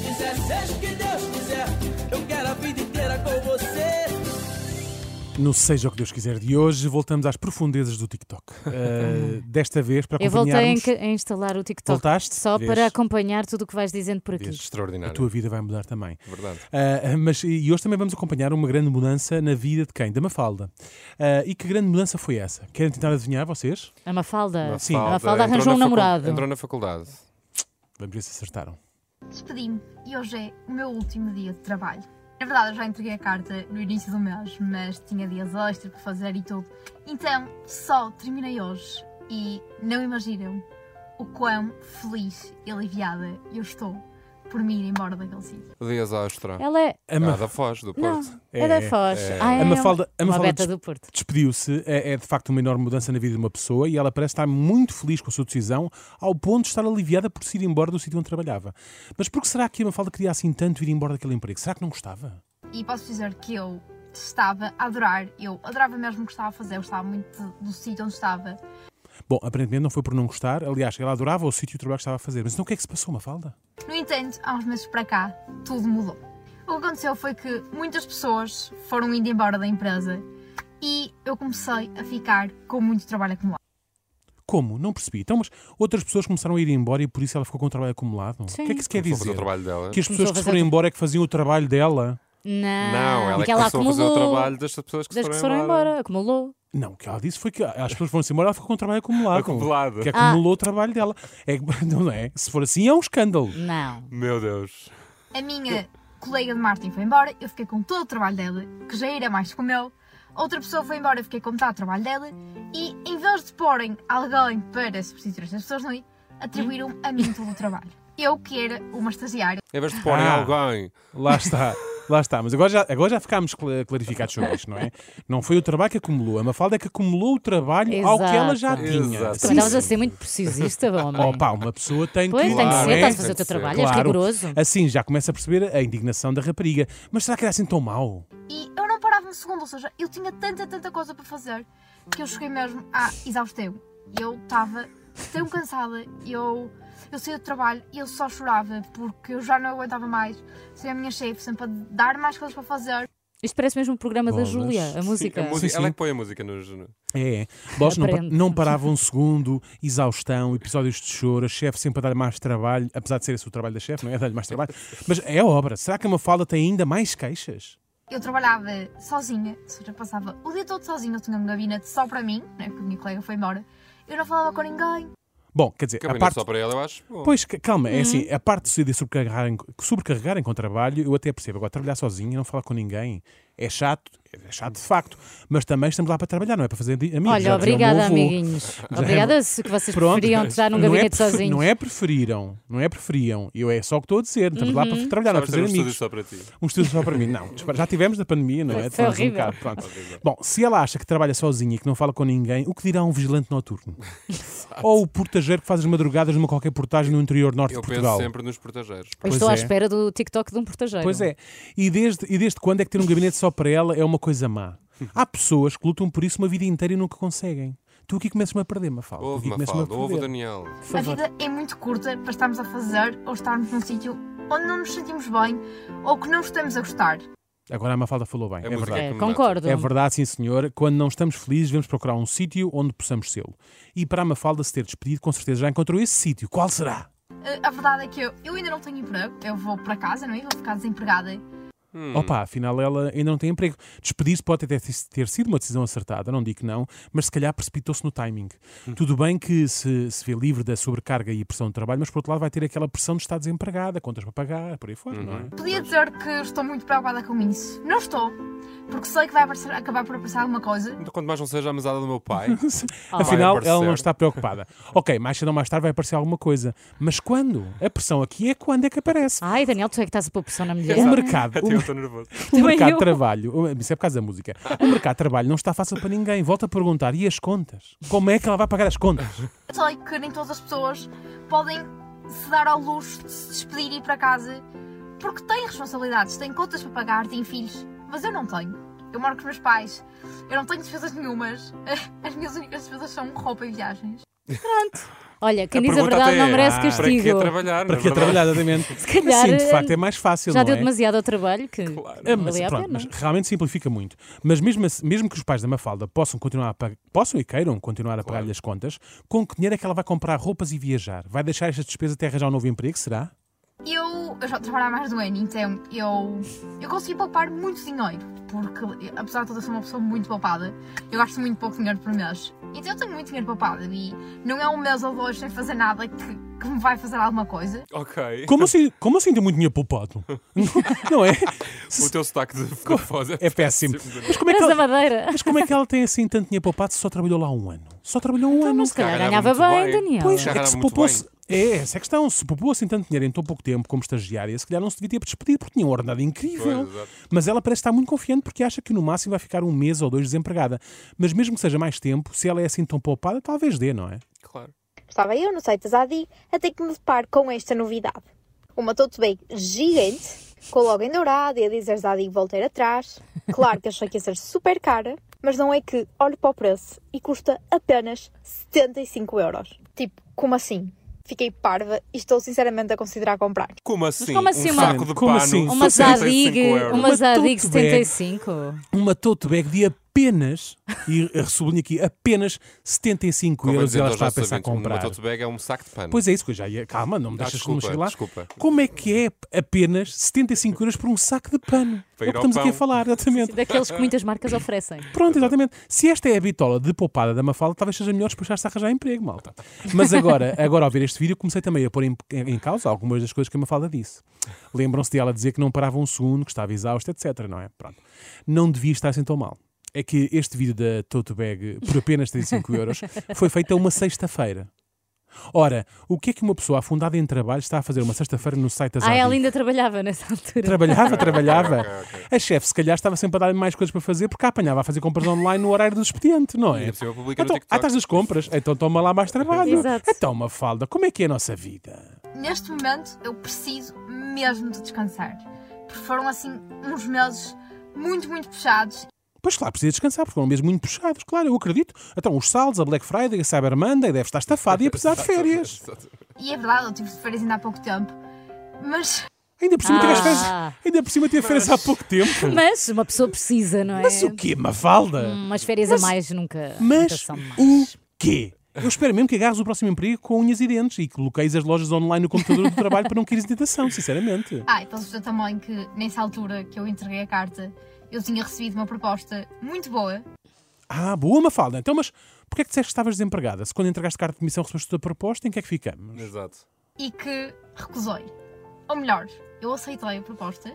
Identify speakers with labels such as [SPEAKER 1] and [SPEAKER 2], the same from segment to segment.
[SPEAKER 1] quiser, seja o que Deus quiser. Eu quero a vida inteira com você.
[SPEAKER 2] No Seja é o que Deus quiser de hoje, voltamos às profundezas do TikTok. Eh, desta vez, para
[SPEAKER 3] Eu voltei a,
[SPEAKER 2] acompanharmos,
[SPEAKER 3] enca- a instalar o TikTok
[SPEAKER 2] Voltaste?
[SPEAKER 3] só
[SPEAKER 4] Vês?
[SPEAKER 3] para acompanhar tudo o que vais dizendo por
[SPEAKER 2] Tipo,
[SPEAKER 3] aqui.
[SPEAKER 2] a
[SPEAKER 4] Extraordinário.
[SPEAKER 2] tua vida vai mudar também.
[SPEAKER 4] Verdade.
[SPEAKER 2] Ah, mas, e hoje também vamos acompanhar uma grande mudança na vida de quem? Da Mafalda. Ah, e que grande mudança foi essa? Querem tentar adivinhar vocês?
[SPEAKER 3] A Mafalda.
[SPEAKER 2] Sim.
[SPEAKER 3] A Mafalda
[SPEAKER 4] entrou
[SPEAKER 3] arranjou um
[SPEAKER 4] na facu-
[SPEAKER 3] namorado.
[SPEAKER 4] Entrou na faculdade.
[SPEAKER 2] Vamos ver se acertaram.
[SPEAKER 5] Despedi-me e hoje é o meu último dia de trabalho. Na verdade, eu já entreguei a carta no início do mês, mas tinha dias extra para fazer e tudo. Então, só terminei hoje e não imaginam o quão feliz e aliviada eu estou por me ir embora daquele sítio.
[SPEAKER 4] Dias Astra.
[SPEAKER 3] Ela é.
[SPEAKER 2] A
[SPEAKER 4] Ah,
[SPEAKER 2] Ma-
[SPEAKER 4] da Foz, do
[SPEAKER 3] Não,
[SPEAKER 4] Porto.
[SPEAKER 3] é,
[SPEAKER 2] É, é.
[SPEAKER 3] da Foz. Ah, é
[SPEAKER 2] A Mafalda- a
[SPEAKER 3] uma
[SPEAKER 2] Mafalda des-
[SPEAKER 3] beta do Porto.
[SPEAKER 2] Despediu-se, é, é de facto uma enorme mudança na vida de uma pessoa e ela parece estar muito feliz com a sua decisão, ao ponto de estar aliviada por se ir embora do sítio onde trabalhava. Mas por que será que a Mafalda queria assim tanto ir embora daquele emprego? Será que não gostava?
[SPEAKER 5] E posso dizer que eu estava a adorar, eu adorava mesmo o que estava a fazer, eu gostava muito do sítio onde estava.
[SPEAKER 2] Bom, aparentemente não foi por não gostar, aliás, ela adorava o sítio e o trabalho que estava a fazer, mas então o que é que se passou, Mafalda?
[SPEAKER 5] No entanto, há uns meses para cá, tudo mudou. O que aconteceu foi que muitas pessoas foram indo embora da empresa e eu comecei a ficar com muito trabalho acumulado.
[SPEAKER 2] Como? Não percebi. Então, mas outras pessoas começaram a ir embora e por isso ela ficou com o trabalho acumulado?
[SPEAKER 3] Sim.
[SPEAKER 2] O que é que isso quer
[SPEAKER 4] Começou a
[SPEAKER 2] dizer?
[SPEAKER 4] fazer o trabalho dela.
[SPEAKER 2] Que as
[SPEAKER 3] Começou
[SPEAKER 2] pessoas
[SPEAKER 3] a
[SPEAKER 2] que se
[SPEAKER 3] fazer-
[SPEAKER 2] foram embora é que faziam o trabalho dela?
[SPEAKER 3] Não,
[SPEAKER 4] Não, ela é
[SPEAKER 3] que
[SPEAKER 4] que
[SPEAKER 3] ela
[SPEAKER 4] começou a fazer o
[SPEAKER 3] acumulou.
[SPEAKER 4] trabalho das pessoas que
[SPEAKER 3] das
[SPEAKER 4] se
[SPEAKER 3] que se
[SPEAKER 4] foram embora.
[SPEAKER 3] acumulou.
[SPEAKER 2] Não, o que ela disse foi que as pessoas foram-se embora, ela ficou com o trabalho acumulado.
[SPEAKER 4] Acumulado.
[SPEAKER 2] Que
[SPEAKER 3] Ah.
[SPEAKER 2] acumulou o trabalho dela. É, que- não é? Se for assim, é um escândalo.
[SPEAKER 3] Não.
[SPEAKER 4] Meu Deus.
[SPEAKER 5] A minha colega de marketing foi embora, eu fiquei com todo o trabalho dela, que já era mais que o meu. Outra pessoa foi embora, eu fiquei com metade do trabalho dela. E em vez de porem alguém para substituir estas pessoas, não é? atribuíram a mim todo o trabalho. Eu que era uma estagiária.
[SPEAKER 4] Em vez de porem
[SPEAKER 2] Ah.
[SPEAKER 4] alguém.
[SPEAKER 2] Lá está. Lá está, mas agora já, agora já ficámos cla- clarificados sobre isto, não é? Não foi o trabalho que acumulou, a Mafalda é que acumulou o trabalho ao que ela já
[SPEAKER 3] Exato.
[SPEAKER 2] tinha.
[SPEAKER 4] Exato.
[SPEAKER 2] Sim,
[SPEAKER 3] Também estavas
[SPEAKER 2] sim.
[SPEAKER 3] a ser muito precisista, bom, homem.
[SPEAKER 2] Oh, pá, uma pessoa tem
[SPEAKER 3] Pois,
[SPEAKER 2] que.
[SPEAKER 3] tem que
[SPEAKER 4] Claro,
[SPEAKER 3] ser,
[SPEAKER 2] não é?
[SPEAKER 3] estás a
[SPEAKER 4] tem
[SPEAKER 3] fazer o
[SPEAKER 4] que
[SPEAKER 3] teu
[SPEAKER 4] ser.
[SPEAKER 3] trabalho, és
[SPEAKER 2] Claro.
[SPEAKER 3] rigoroso.
[SPEAKER 2] Assim já começa a perceber a indignação da rapariga. Mas será que era assim tão mau?
[SPEAKER 5] E eu não parava um segundo, ou seja, eu tinha tanta, tanta coisa para fazer que eu cheguei mesmo à exaustão. Eu estava tão cansada, eu, eu saía do trabalho e eu só chorava porque eu já não aguentava mais. Sem a minha chefe, sempre a dar mais coisas para fazer.
[SPEAKER 3] Isto parece mesmo um programa
[SPEAKER 2] Bolas.
[SPEAKER 3] da Júlia, a música.
[SPEAKER 4] A música-
[SPEAKER 2] sim.
[SPEAKER 4] Ela é que põe a música nos.
[SPEAKER 2] É, é. Bolas não, pa-
[SPEAKER 3] Aprende.
[SPEAKER 2] não parava um segundo, exaustão, episódios de choro, a chefe sempre a dar mais trabalho, apesar de ser esse o trabalho da chefe, não é? Dar-lhe mais trabalho. Mas é obra. Será que a Mafalda tem ainda mais queixas?
[SPEAKER 5] Eu trabalhava sozinha, ou seja, passava o dia todo sozinha, eu tinha um gabinete só para mim, né, porque a minha colega foi embora. Eu não falava com ninguém,
[SPEAKER 2] Bom, quer dizer, a
[SPEAKER 4] Cabine
[SPEAKER 2] parte.
[SPEAKER 4] só para ela, eu acho. bom.
[SPEAKER 2] Pois, ca- calma, é assim,
[SPEAKER 3] Uhum.
[SPEAKER 2] a parte de se de sobrecarregarem, sobrecarregarem com trabalho, eu até percebo. Agora, trabalhar sozinho e não falar com ninguém é chato, é chato de facto, mas também estamos lá para trabalhar, não é para fazer di- amigos.
[SPEAKER 3] Olha,
[SPEAKER 2] Já dizia o meu
[SPEAKER 3] obrigada,
[SPEAKER 2] avô.
[SPEAKER 3] amiguinhos. Obrigada se que vocês
[SPEAKER 2] Pronto.
[SPEAKER 3] preferiam te dar num
[SPEAKER 2] não é,
[SPEAKER 3] gabinete
[SPEAKER 2] prefer-
[SPEAKER 3] sozinhos.
[SPEAKER 2] não é preferiram, não é preferiam. Eu é só o que estou a dizer, não estamos lá
[SPEAKER 3] Uhum.
[SPEAKER 2] para trabalhar, não é
[SPEAKER 4] Sabes
[SPEAKER 2] para fazer
[SPEAKER 4] ter um estúdio
[SPEAKER 2] amigos.
[SPEAKER 4] só para ti.
[SPEAKER 2] Um estudo só para mim, não. dispara- Já tivemos da pandemia, não é?
[SPEAKER 3] Foi
[SPEAKER 2] Tivemos
[SPEAKER 3] horrível.
[SPEAKER 2] bocado, pronto. Bom, se ela acha que trabalha sozinha e que não fala com ninguém, o que dirá um vigilante noturno? Ou o portageiro que faz as madrugadas numa qualquer portagem no interior norte
[SPEAKER 4] Eu
[SPEAKER 2] de Portugal?
[SPEAKER 4] penso sempre nos portageiros.
[SPEAKER 3] Eu
[SPEAKER 2] Pois
[SPEAKER 3] Estou à
[SPEAKER 2] é.
[SPEAKER 3] espera do TikTok de um portageiro.
[SPEAKER 2] Pois é. E desde, e desde quando é que ter um gabinete só para ela é uma coisa má? Há pessoas que lutam por isso uma vida inteira e nunca conseguem. Tu aqui começas-me a perder, Mafalda. Tu
[SPEAKER 4] Ouve,
[SPEAKER 2] aqui começas-me a
[SPEAKER 4] Mafalda. Ouve o
[SPEAKER 2] perder.
[SPEAKER 4] Daniel.
[SPEAKER 2] Por
[SPEAKER 5] A
[SPEAKER 2] favor.
[SPEAKER 5] vida é muito curta para estarmos a fazer ou estarmos num sítio onde não nos sentimos bem ou que não estamos a gostar.
[SPEAKER 2] Agora a Mafalda falou bem, é,
[SPEAKER 4] A música
[SPEAKER 2] verdade.
[SPEAKER 4] é
[SPEAKER 3] É,
[SPEAKER 4] que me
[SPEAKER 3] concordo.
[SPEAKER 2] É verdade, sim senhor. Quando não estamos felizes, vamos procurar um sítio onde possamos sê-lo. E para a Mafalda se ter despedido, com certeza já encontrou esse sítio. Qual será?
[SPEAKER 5] Eh, A verdade é que eu, eu ainda não tenho emprego, eu vou para casa, não é? Vou ficar desempregada.
[SPEAKER 4] Hum.
[SPEAKER 2] Opa, afinal ela ainda não tem emprego. Despedir-se pode até ter sido uma decisão acertada, não digo que não, mas se calhar precipitou-se no timing.
[SPEAKER 4] Hum.
[SPEAKER 2] Tudo bem que se, se vê livre da sobrecarga e pressão de trabalho, mas por outro lado vai ter aquela pressão de estar desempregada, contas para pagar, por aí fora, não
[SPEAKER 4] Uhum.
[SPEAKER 2] é?
[SPEAKER 5] Podia dizer que estou muito preocupada com isso. Não estou, porque sei que vai aparecer- acabar por aparecer alguma coisa.
[SPEAKER 4] Então, Quanto mais não seja a mesada do meu pai.
[SPEAKER 2] Afinal,
[SPEAKER 4] Vai aparecer.
[SPEAKER 2] ela não está preocupada. ok, mais cedo ou mais tarde vai aparecer alguma coisa. Mas quando? A pressão aqui é quando é que aparece.
[SPEAKER 3] Ai, Daniel, tu é que estás a pôr pressão na mulher.
[SPEAKER 2] O mercado,
[SPEAKER 4] Até eu estou nervoso.
[SPEAKER 2] o,
[SPEAKER 3] Também
[SPEAKER 2] mercado
[SPEAKER 3] eu.
[SPEAKER 2] de trabalho, o- isso é por causa da música, o mercado de trabalho não está fácil para ninguém. Volta a perguntar, e as contas? Como é que ela vai pagar as contas?
[SPEAKER 5] Sei que nem todas as pessoas podem se dar ao luxo de se despedir e ir para casa, porque têm responsabilidades, têm contas para pagar, têm filhos. Mas eu não tenho. Eu moro com os meus pais, eu não tenho despesas nenhumas. As minhas únicas despesas são roupa e viagens.
[SPEAKER 3] Olha, quem diz a
[SPEAKER 4] pergunta
[SPEAKER 3] verdade
[SPEAKER 4] até
[SPEAKER 3] não
[SPEAKER 4] é,
[SPEAKER 3] merece
[SPEAKER 2] ah,
[SPEAKER 4] Para que
[SPEAKER 3] castigo.
[SPEAKER 4] trabalhar?
[SPEAKER 2] Para
[SPEAKER 4] na
[SPEAKER 2] que
[SPEAKER 4] verdade?
[SPEAKER 2] trabalhar, exatamente?
[SPEAKER 3] Se calhar, eh,
[SPEAKER 2] Sim, de facto, é mais fácil,
[SPEAKER 3] Já
[SPEAKER 2] não
[SPEAKER 3] deu
[SPEAKER 2] é?
[SPEAKER 3] demasiado ao trabalho que
[SPEAKER 4] Claro.
[SPEAKER 2] É,
[SPEAKER 3] não
[SPEAKER 2] mas,
[SPEAKER 3] valia a
[SPEAKER 2] pronto,
[SPEAKER 3] pena.
[SPEAKER 2] mas realmente simplifica muito. Mas mesmo, assim- mesmo que os pais da Mafalda possam continuar a pag- possam e queiram continuar a pagar-lhe as contas, com que dinheiro é que ela vai comprar roupas e viajar? Vai deixar estas despesas até arranjar um novo emprego, será?
[SPEAKER 5] Eu, eu já trabalhava mais de um ano, então eu, eu consegui poupar muito dinheiro, porque apesar de tudo eu sou uma pessoa muito poupada, eu gasto muito pouco dinheiro por mês, então eu tenho muito dinheiro poupado e não é um mês ou dois sem fazer nada que, que me vai fazer alguma coisa.
[SPEAKER 4] Ok.
[SPEAKER 2] Como
[SPEAKER 3] Então.
[SPEAKER 2] assim, como assim tem muito dinheiro poupado? Não, não é?
[SPEAKER 4] O teu sotaque de, de Foz é,
[SPEAKER 2] É péssimo.
[SPEAKER 4] péssimo.
[SPEAKER 2] Mas como, é que
[SPEAKER 3] Mas da
[SPEAKER 2] ela,
[SPEAKER 3] Madeira.
[SPEAKER 2] mas como é que ela tem assim tanto dinheiro poupado se só trabalhou lá um ano? Só trabalhou um ano.
[SPEAKER 3] Então, Mas se calhar
[SPEAKER 4] ganhava
[SPEAKER 3] ganhava bem,
[SPEAKER 4] muito bem.
[SPEAKER 3] Daniel.
[SPEAKER 2] Pois,
[SPEAKER 4] Já
[SPEAKER 2] é que se
[SPEAKER 4] ganhava muito
[SPEAKER 2] poupou
[SPEAKER 4] bem.
[SPEAKER 2] É, essa é a questão. Se poupou assim tanto dinheiro em tão pouco tempo como estagiária, se calhar não se devia ter despedido porque tinha um ordenado incrível.
[SPEAKER 4] Pois, exato.
[SPEAKER 2] Mas ela parece estar muito confiante porque acha que no máximo vai ficar um mês ou dois desempregada. Mas mesmo que seja mais tempo, se ela é assim tão poupada, talvez dê, não é?
[SPEAKER 4] Claro.
[SPEAKER 6] Estava eu no site da Zadi até que me deparo com esta novidade. Uma tote bag gigante, com o logo em dourado e a dizer Zadi voltar atrás. Claro que achei que ia ser super cara, mas não é que olho para o preço e custa apenas 75 euros. Tipo, como assim? Fiquei parva e estou sinceramente a considerar comprar.
[SPEAKER 4] Como assim?
[SPEAKER 3] como assim
[SPEAKER 4] um
[SPEAKER 3] uma-
[SPEAKER 4] saco de
[SPEAKER 2] como
[SPEAKER 4] pano,
[SPEAKER 2] assim?
[SPEAKER 3] Uma
[SPEAKER 4] 65
[SPEAKER 3] Zadig,
[SPEAKER 4] euros.
[SPEAKER 3] uma
[SPEAKER 2] Uma
[SPEAKER 3] Zadig
[SPEAKER 2] tote bag.
[SPEAKER 3] 75.
[SPEAKER 2] Uma tote bag de apenas, e sublinho aqui, apenas 75
[SPEAKER 4] Convém
[SPEAKER 2] euros e
[SPEAKER 4] dizer
[SPEAKER 2] ela
[SPEAKER 4] aos
[SPEAKER 2] está a
[SPEAKER 4] nossos
[SPEAKER 2] pensar
[SPEAKER 4] ouvintes,
[SPEAKER 2] comprar.
[SPEAKER 4] Uma tote bag é um saco de pano.
[SPEAKER 2] Pois é isso que eu já ia. Calma, não me
[SPEAKER 4] Ah,
[SPEAKER 2] deixas
[SPEAKER 4] desculpa,
[SPEAKER 2] chegar lá.
[SPEAKER 4] desculpa.
[SPEAKER 2] Como é que é apenas 75 euros por um saco de pano?
[SPEAKER 4] Para
[SPEAKER 2] é
[SPEAKER 4] ir
[SPEAKER 2] o que
[SPEAKER 4] ao
[SPEAKER 2] estamos aqui a
[SPEAKER 4] pão.
[SPEAKER 2] falar, exatamente.
[SPEAKER 3] Daqueles que muitas marcas oferecem.
[SPEAKER 2] Pronto, exatamente. Se esta é a bitola de poupada da Mafalda, talvez seja melhor despachar-se a arranjar emprego, malta. Mas agora, agora ao ver este vídeo, comecei também a pôr em, em causa algumas das coisas que a Mafalda disse. Lembram-se de ela dizer que não parava um segundo, que estava exausta, etc, não é? Pronto. Não devia estar assim tão mal. É que este vídeo da Tote Bag, por apenas 35 euros, foi feito a uma sexta-feira. Ora, o que é que uma pessoa afundada em trabalho está a fazer uma sexta-feira no site da
[SPEAKER 3] Ah, ela
[SPEAKER 2] Zadig?
[SPEAKER 3] ainda trabalhava nessa altura.
[SPEAKER 2] Trabalhava, trabalhava.
[SPEAKER 4] ok, ok.
[SPEAKER 2] A chefe, se calhar, estava sempre a dar mais coisas para fazer porque a apanhava a fazer compras online no horário do expediente, não é?
[SPEAKER 4] Ainda por cima publica no
[SPEAKER 2] Então,
[SPEAKER 4] TikTok.
[SPEAKER 2] ah, estás nas compras? Então toma lá mais trabalho.
[SPEAKER 3] Exato.
[SPEAKER 2] Então, uma falda, como é que é a nossa vida?
[SPEAKER 5] Neste momento eu preciso mesmo de descansar, porque foram assim uns meses muito, muito puxados
[SPEAKER 2] Pois claro, precisa descansar, porque foram mesmo muito puxados, claro, eu acredito. Então, os saldos, a Black Friday, a Cyber Monday, deve estar estafada e a precisar de férias.
[SPEAKER 5] e é verdade, eu tive de férias ainda há pouco tempo, mas
[SPEAKER 2] Ainda por cima ter as férias.
[SPEAKER 3] Ah.
[SPEAKER 2] Ainda por cima ter férias há pouco tempo.
[SPEAKER 3] Mas uma pessoa precisa, não é?
[SPEAKER 2] Mas o quê, Mafalda?
[SPEAKER 3] Umas férias a mais nunca. nunca
[SPEAKER 2] Mas é
[SPEAKER 3] são más.
[SPEAKER 2] o quê? Eu espero mesmo que agarres o próximo emprego com unhas e dentes e que bloqueies as lojas online no computador do trabalho para não queres tentação, sinceramente.
[SPEAKER 5] Ah, e posso dizer também que nessa altura que eu entreguei a carta, eu tinha recebido uma proposta muito boa.
[SPEAKER 2] Ah, boa Mafalda. Então, mas porquê é que disseste que estavas desempregada? Se quando entregaste carta de demissão recebeste a tua proposta, em que é que ficamos?
[SPEAKER 4] Exato.
[SPEAKER 5] e que recusei. Ou melhor, eu aceitei a proposta.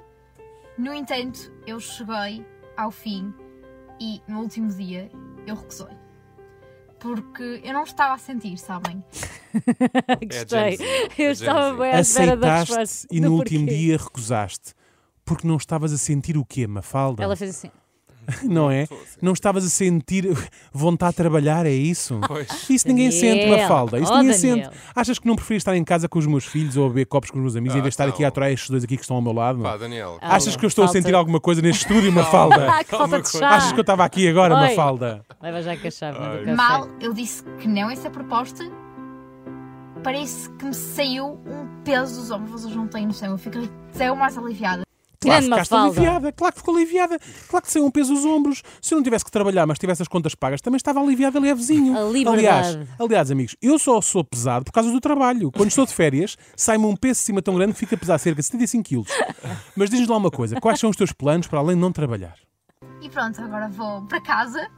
[SPEAKER 5] No entanto, eu cheguei ao fim e no último dia eu recusei. Porque eu não estava a sentir, sabem?
[SPEAKER 3] Gostei.
[SPEAKER 4] Gen Z. É
[SPEAKER 3] Eu
[SPEAKER 4] Gen
[SPEAKER 3] estava
[SPEAKER 4] Z.
[SPEAKER 3] bem à espera da
[SPEAKER 2] Aceitaste
[SPEAKER 3] resposta.
[SPEAKER 2] e
[SPEAKER 3] do
[SPEAKER 2] no último
[SPEAKER 3] porquê.
[SPEAKER 2] dia recusaste. Porque não estavas a sentir o quê, Mafalda?
[SPEAKER 3] Ela fez assim.
[SPEAKER 2] Não é? Não estavas a sentir vontade de trabalhar, é isso? Isso ninguém
[SPEAKER 3] Daniel.
[SPEAKER 2] sente, Mafalda. Isso
[SPEAKER 3] Oh,
[SPEAKER 2] ninguém
[SPEAKER 3] Daniel.
[SPEAKER 2] sente. Achas que não preferias estar em casa com os meus filhos ou a beber copos com os meus amigos em
[SPEAKER 4] Ah,
[SPEAKER 2] vez de estar aqui
[SPEAKER 4] não.
[SPEAKER 2] a aturar estes dois aqui que estão ao meu lado?
[SPEAKER 4] Pá, Daniel.
[SPEAKER 3] Ah,
[SPEAKER 2] Achas que eu estou
[SPEAKER 3] Falta.
[SPEAKER 2] a sentir alguma coisa neste estúdio, Mafalda?
[SPEAKER 3] Ah, que falta de chá.
[SPEAKER 2] Achas que eu estava aqui agora,
[SPEAKER 3] Oi.
[SPEAKER 2] Mafalda?
[SPEAKER 3] Leva já com a chave não é, do café.
[SPEAKER 5] Mal eu disse que não a essa proposta. Parece que me saiu um peso dos ombros, vocês não têm noção. Eu fiquei tão mais aliviada.
[SPEAKER 2] Claro,
[SPEAKER 3] Grande
[SPEAKER 2] ficaste um
[SPEAKER 3] Mafalda.
[SPEAKER 2] aliviada, claro que ficou aliviada, claro que saiu um peso aos ombros. Se eu não tivesse que trabalhar, mas tivesse as contas pagas, também estava aliviada levezinho.
[SPEAKER 3] A liberdade.
[SPEAKER 2] aliás, aliás, amigos, eu só sou pesado por causa do trabalho. Quando estou de férias, sai-me um peso de cima tão grande que fica a pesar cerca de 75 quilos. Mas diz-nos lá uma coisa: quais são os teus planos para além de não trabalhar?
[SPEAKER 5] E pronto, agora vou para casa,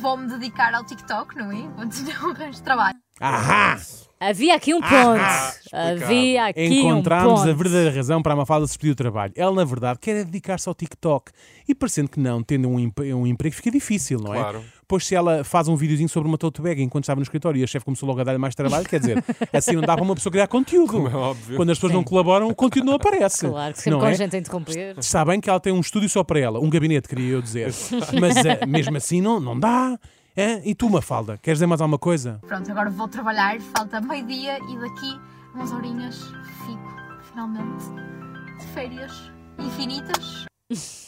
[SPEAKER 5] vou-me dedicar ao TikTok, não é? Enquanto não arranjo trabalho.
[SPEAKER 2] Ahá!
[SPEAKER 3] Havia aqui um ponto.
[SPEAKER 4] explicado.
[SPEAKER 3] Havia aqui um
[SPEAKER 2] Ah, Encontramos
[SPEAKER 3] ponto.
[SPEAKER 2] a verdadeira razão para a Mafalda se despedir do trabalho. Ela, na verdade, quer dedicar-se ao TikTok. E parecendo que não, tendo um, emp- um emprego, fica difícil, não é?
[SPEAKER 4] Claro.
[SPEAKER 2] Pois se ela faz um videozinho sobre uma tote bag enquanto estava no escritório e a chefe começou logo a dar-lhe mais trabalho, quer dizer, assim não dá para uma pessoa criar conteúdo.
[SPEAKER 4] é óbvio.
[SPEAKER 2] Quando as pessoas não colaboram, o conteúdo não aparece.
[SPEAKER 3] Claro, que sempre
[SPEAKER 2] não
[SPEAKER 3] com
[SPEAKER 2] é?
[SPEAKER 3] gente a interromper.
[SPEAKER 2] Está bem que ela tem um estúdio só para ela, um gabinete, queria eu dizer. Mas eh, mesmo assim não, não dá. Hã? E tu, Mafalda, queres dizer mais alguma coisa?
[SPEAKER 5] Pronto, agora vou trabalhar, falta meio-dia e daqui umas horinhas fico finalmente de férias infinitas.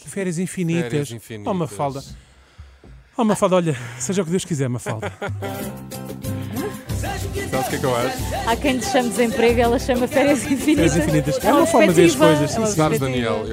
[SPEAKER 2] Férias infinitas.
[SPEAKER 4] Férias infinitas.
[SPEAKER 2] Oh, Mafalda. Oh, Mafalda, olha, seja o que Deus quiser, Mafalda.
[SPEAKER 1] Seja
[SPEAKER 4] Sabes o que é que eu acho?
[SPEAKER 3] Há quem lhe chame desemprego, ela chama férias infinitas.
[SPEAKER 2] Férias infinitas. É uma forma de ver as
[SPEAKER 3] perspectiva,
[SPEAKER 2] coisas, sim,
[SPEAKER 3] é uma
[SPEAKER 2] sim.
[SPEAKER 4] Sabes,
[SPEAKER 3] perspectiva.
[SPEAKER 4] Daniel, eu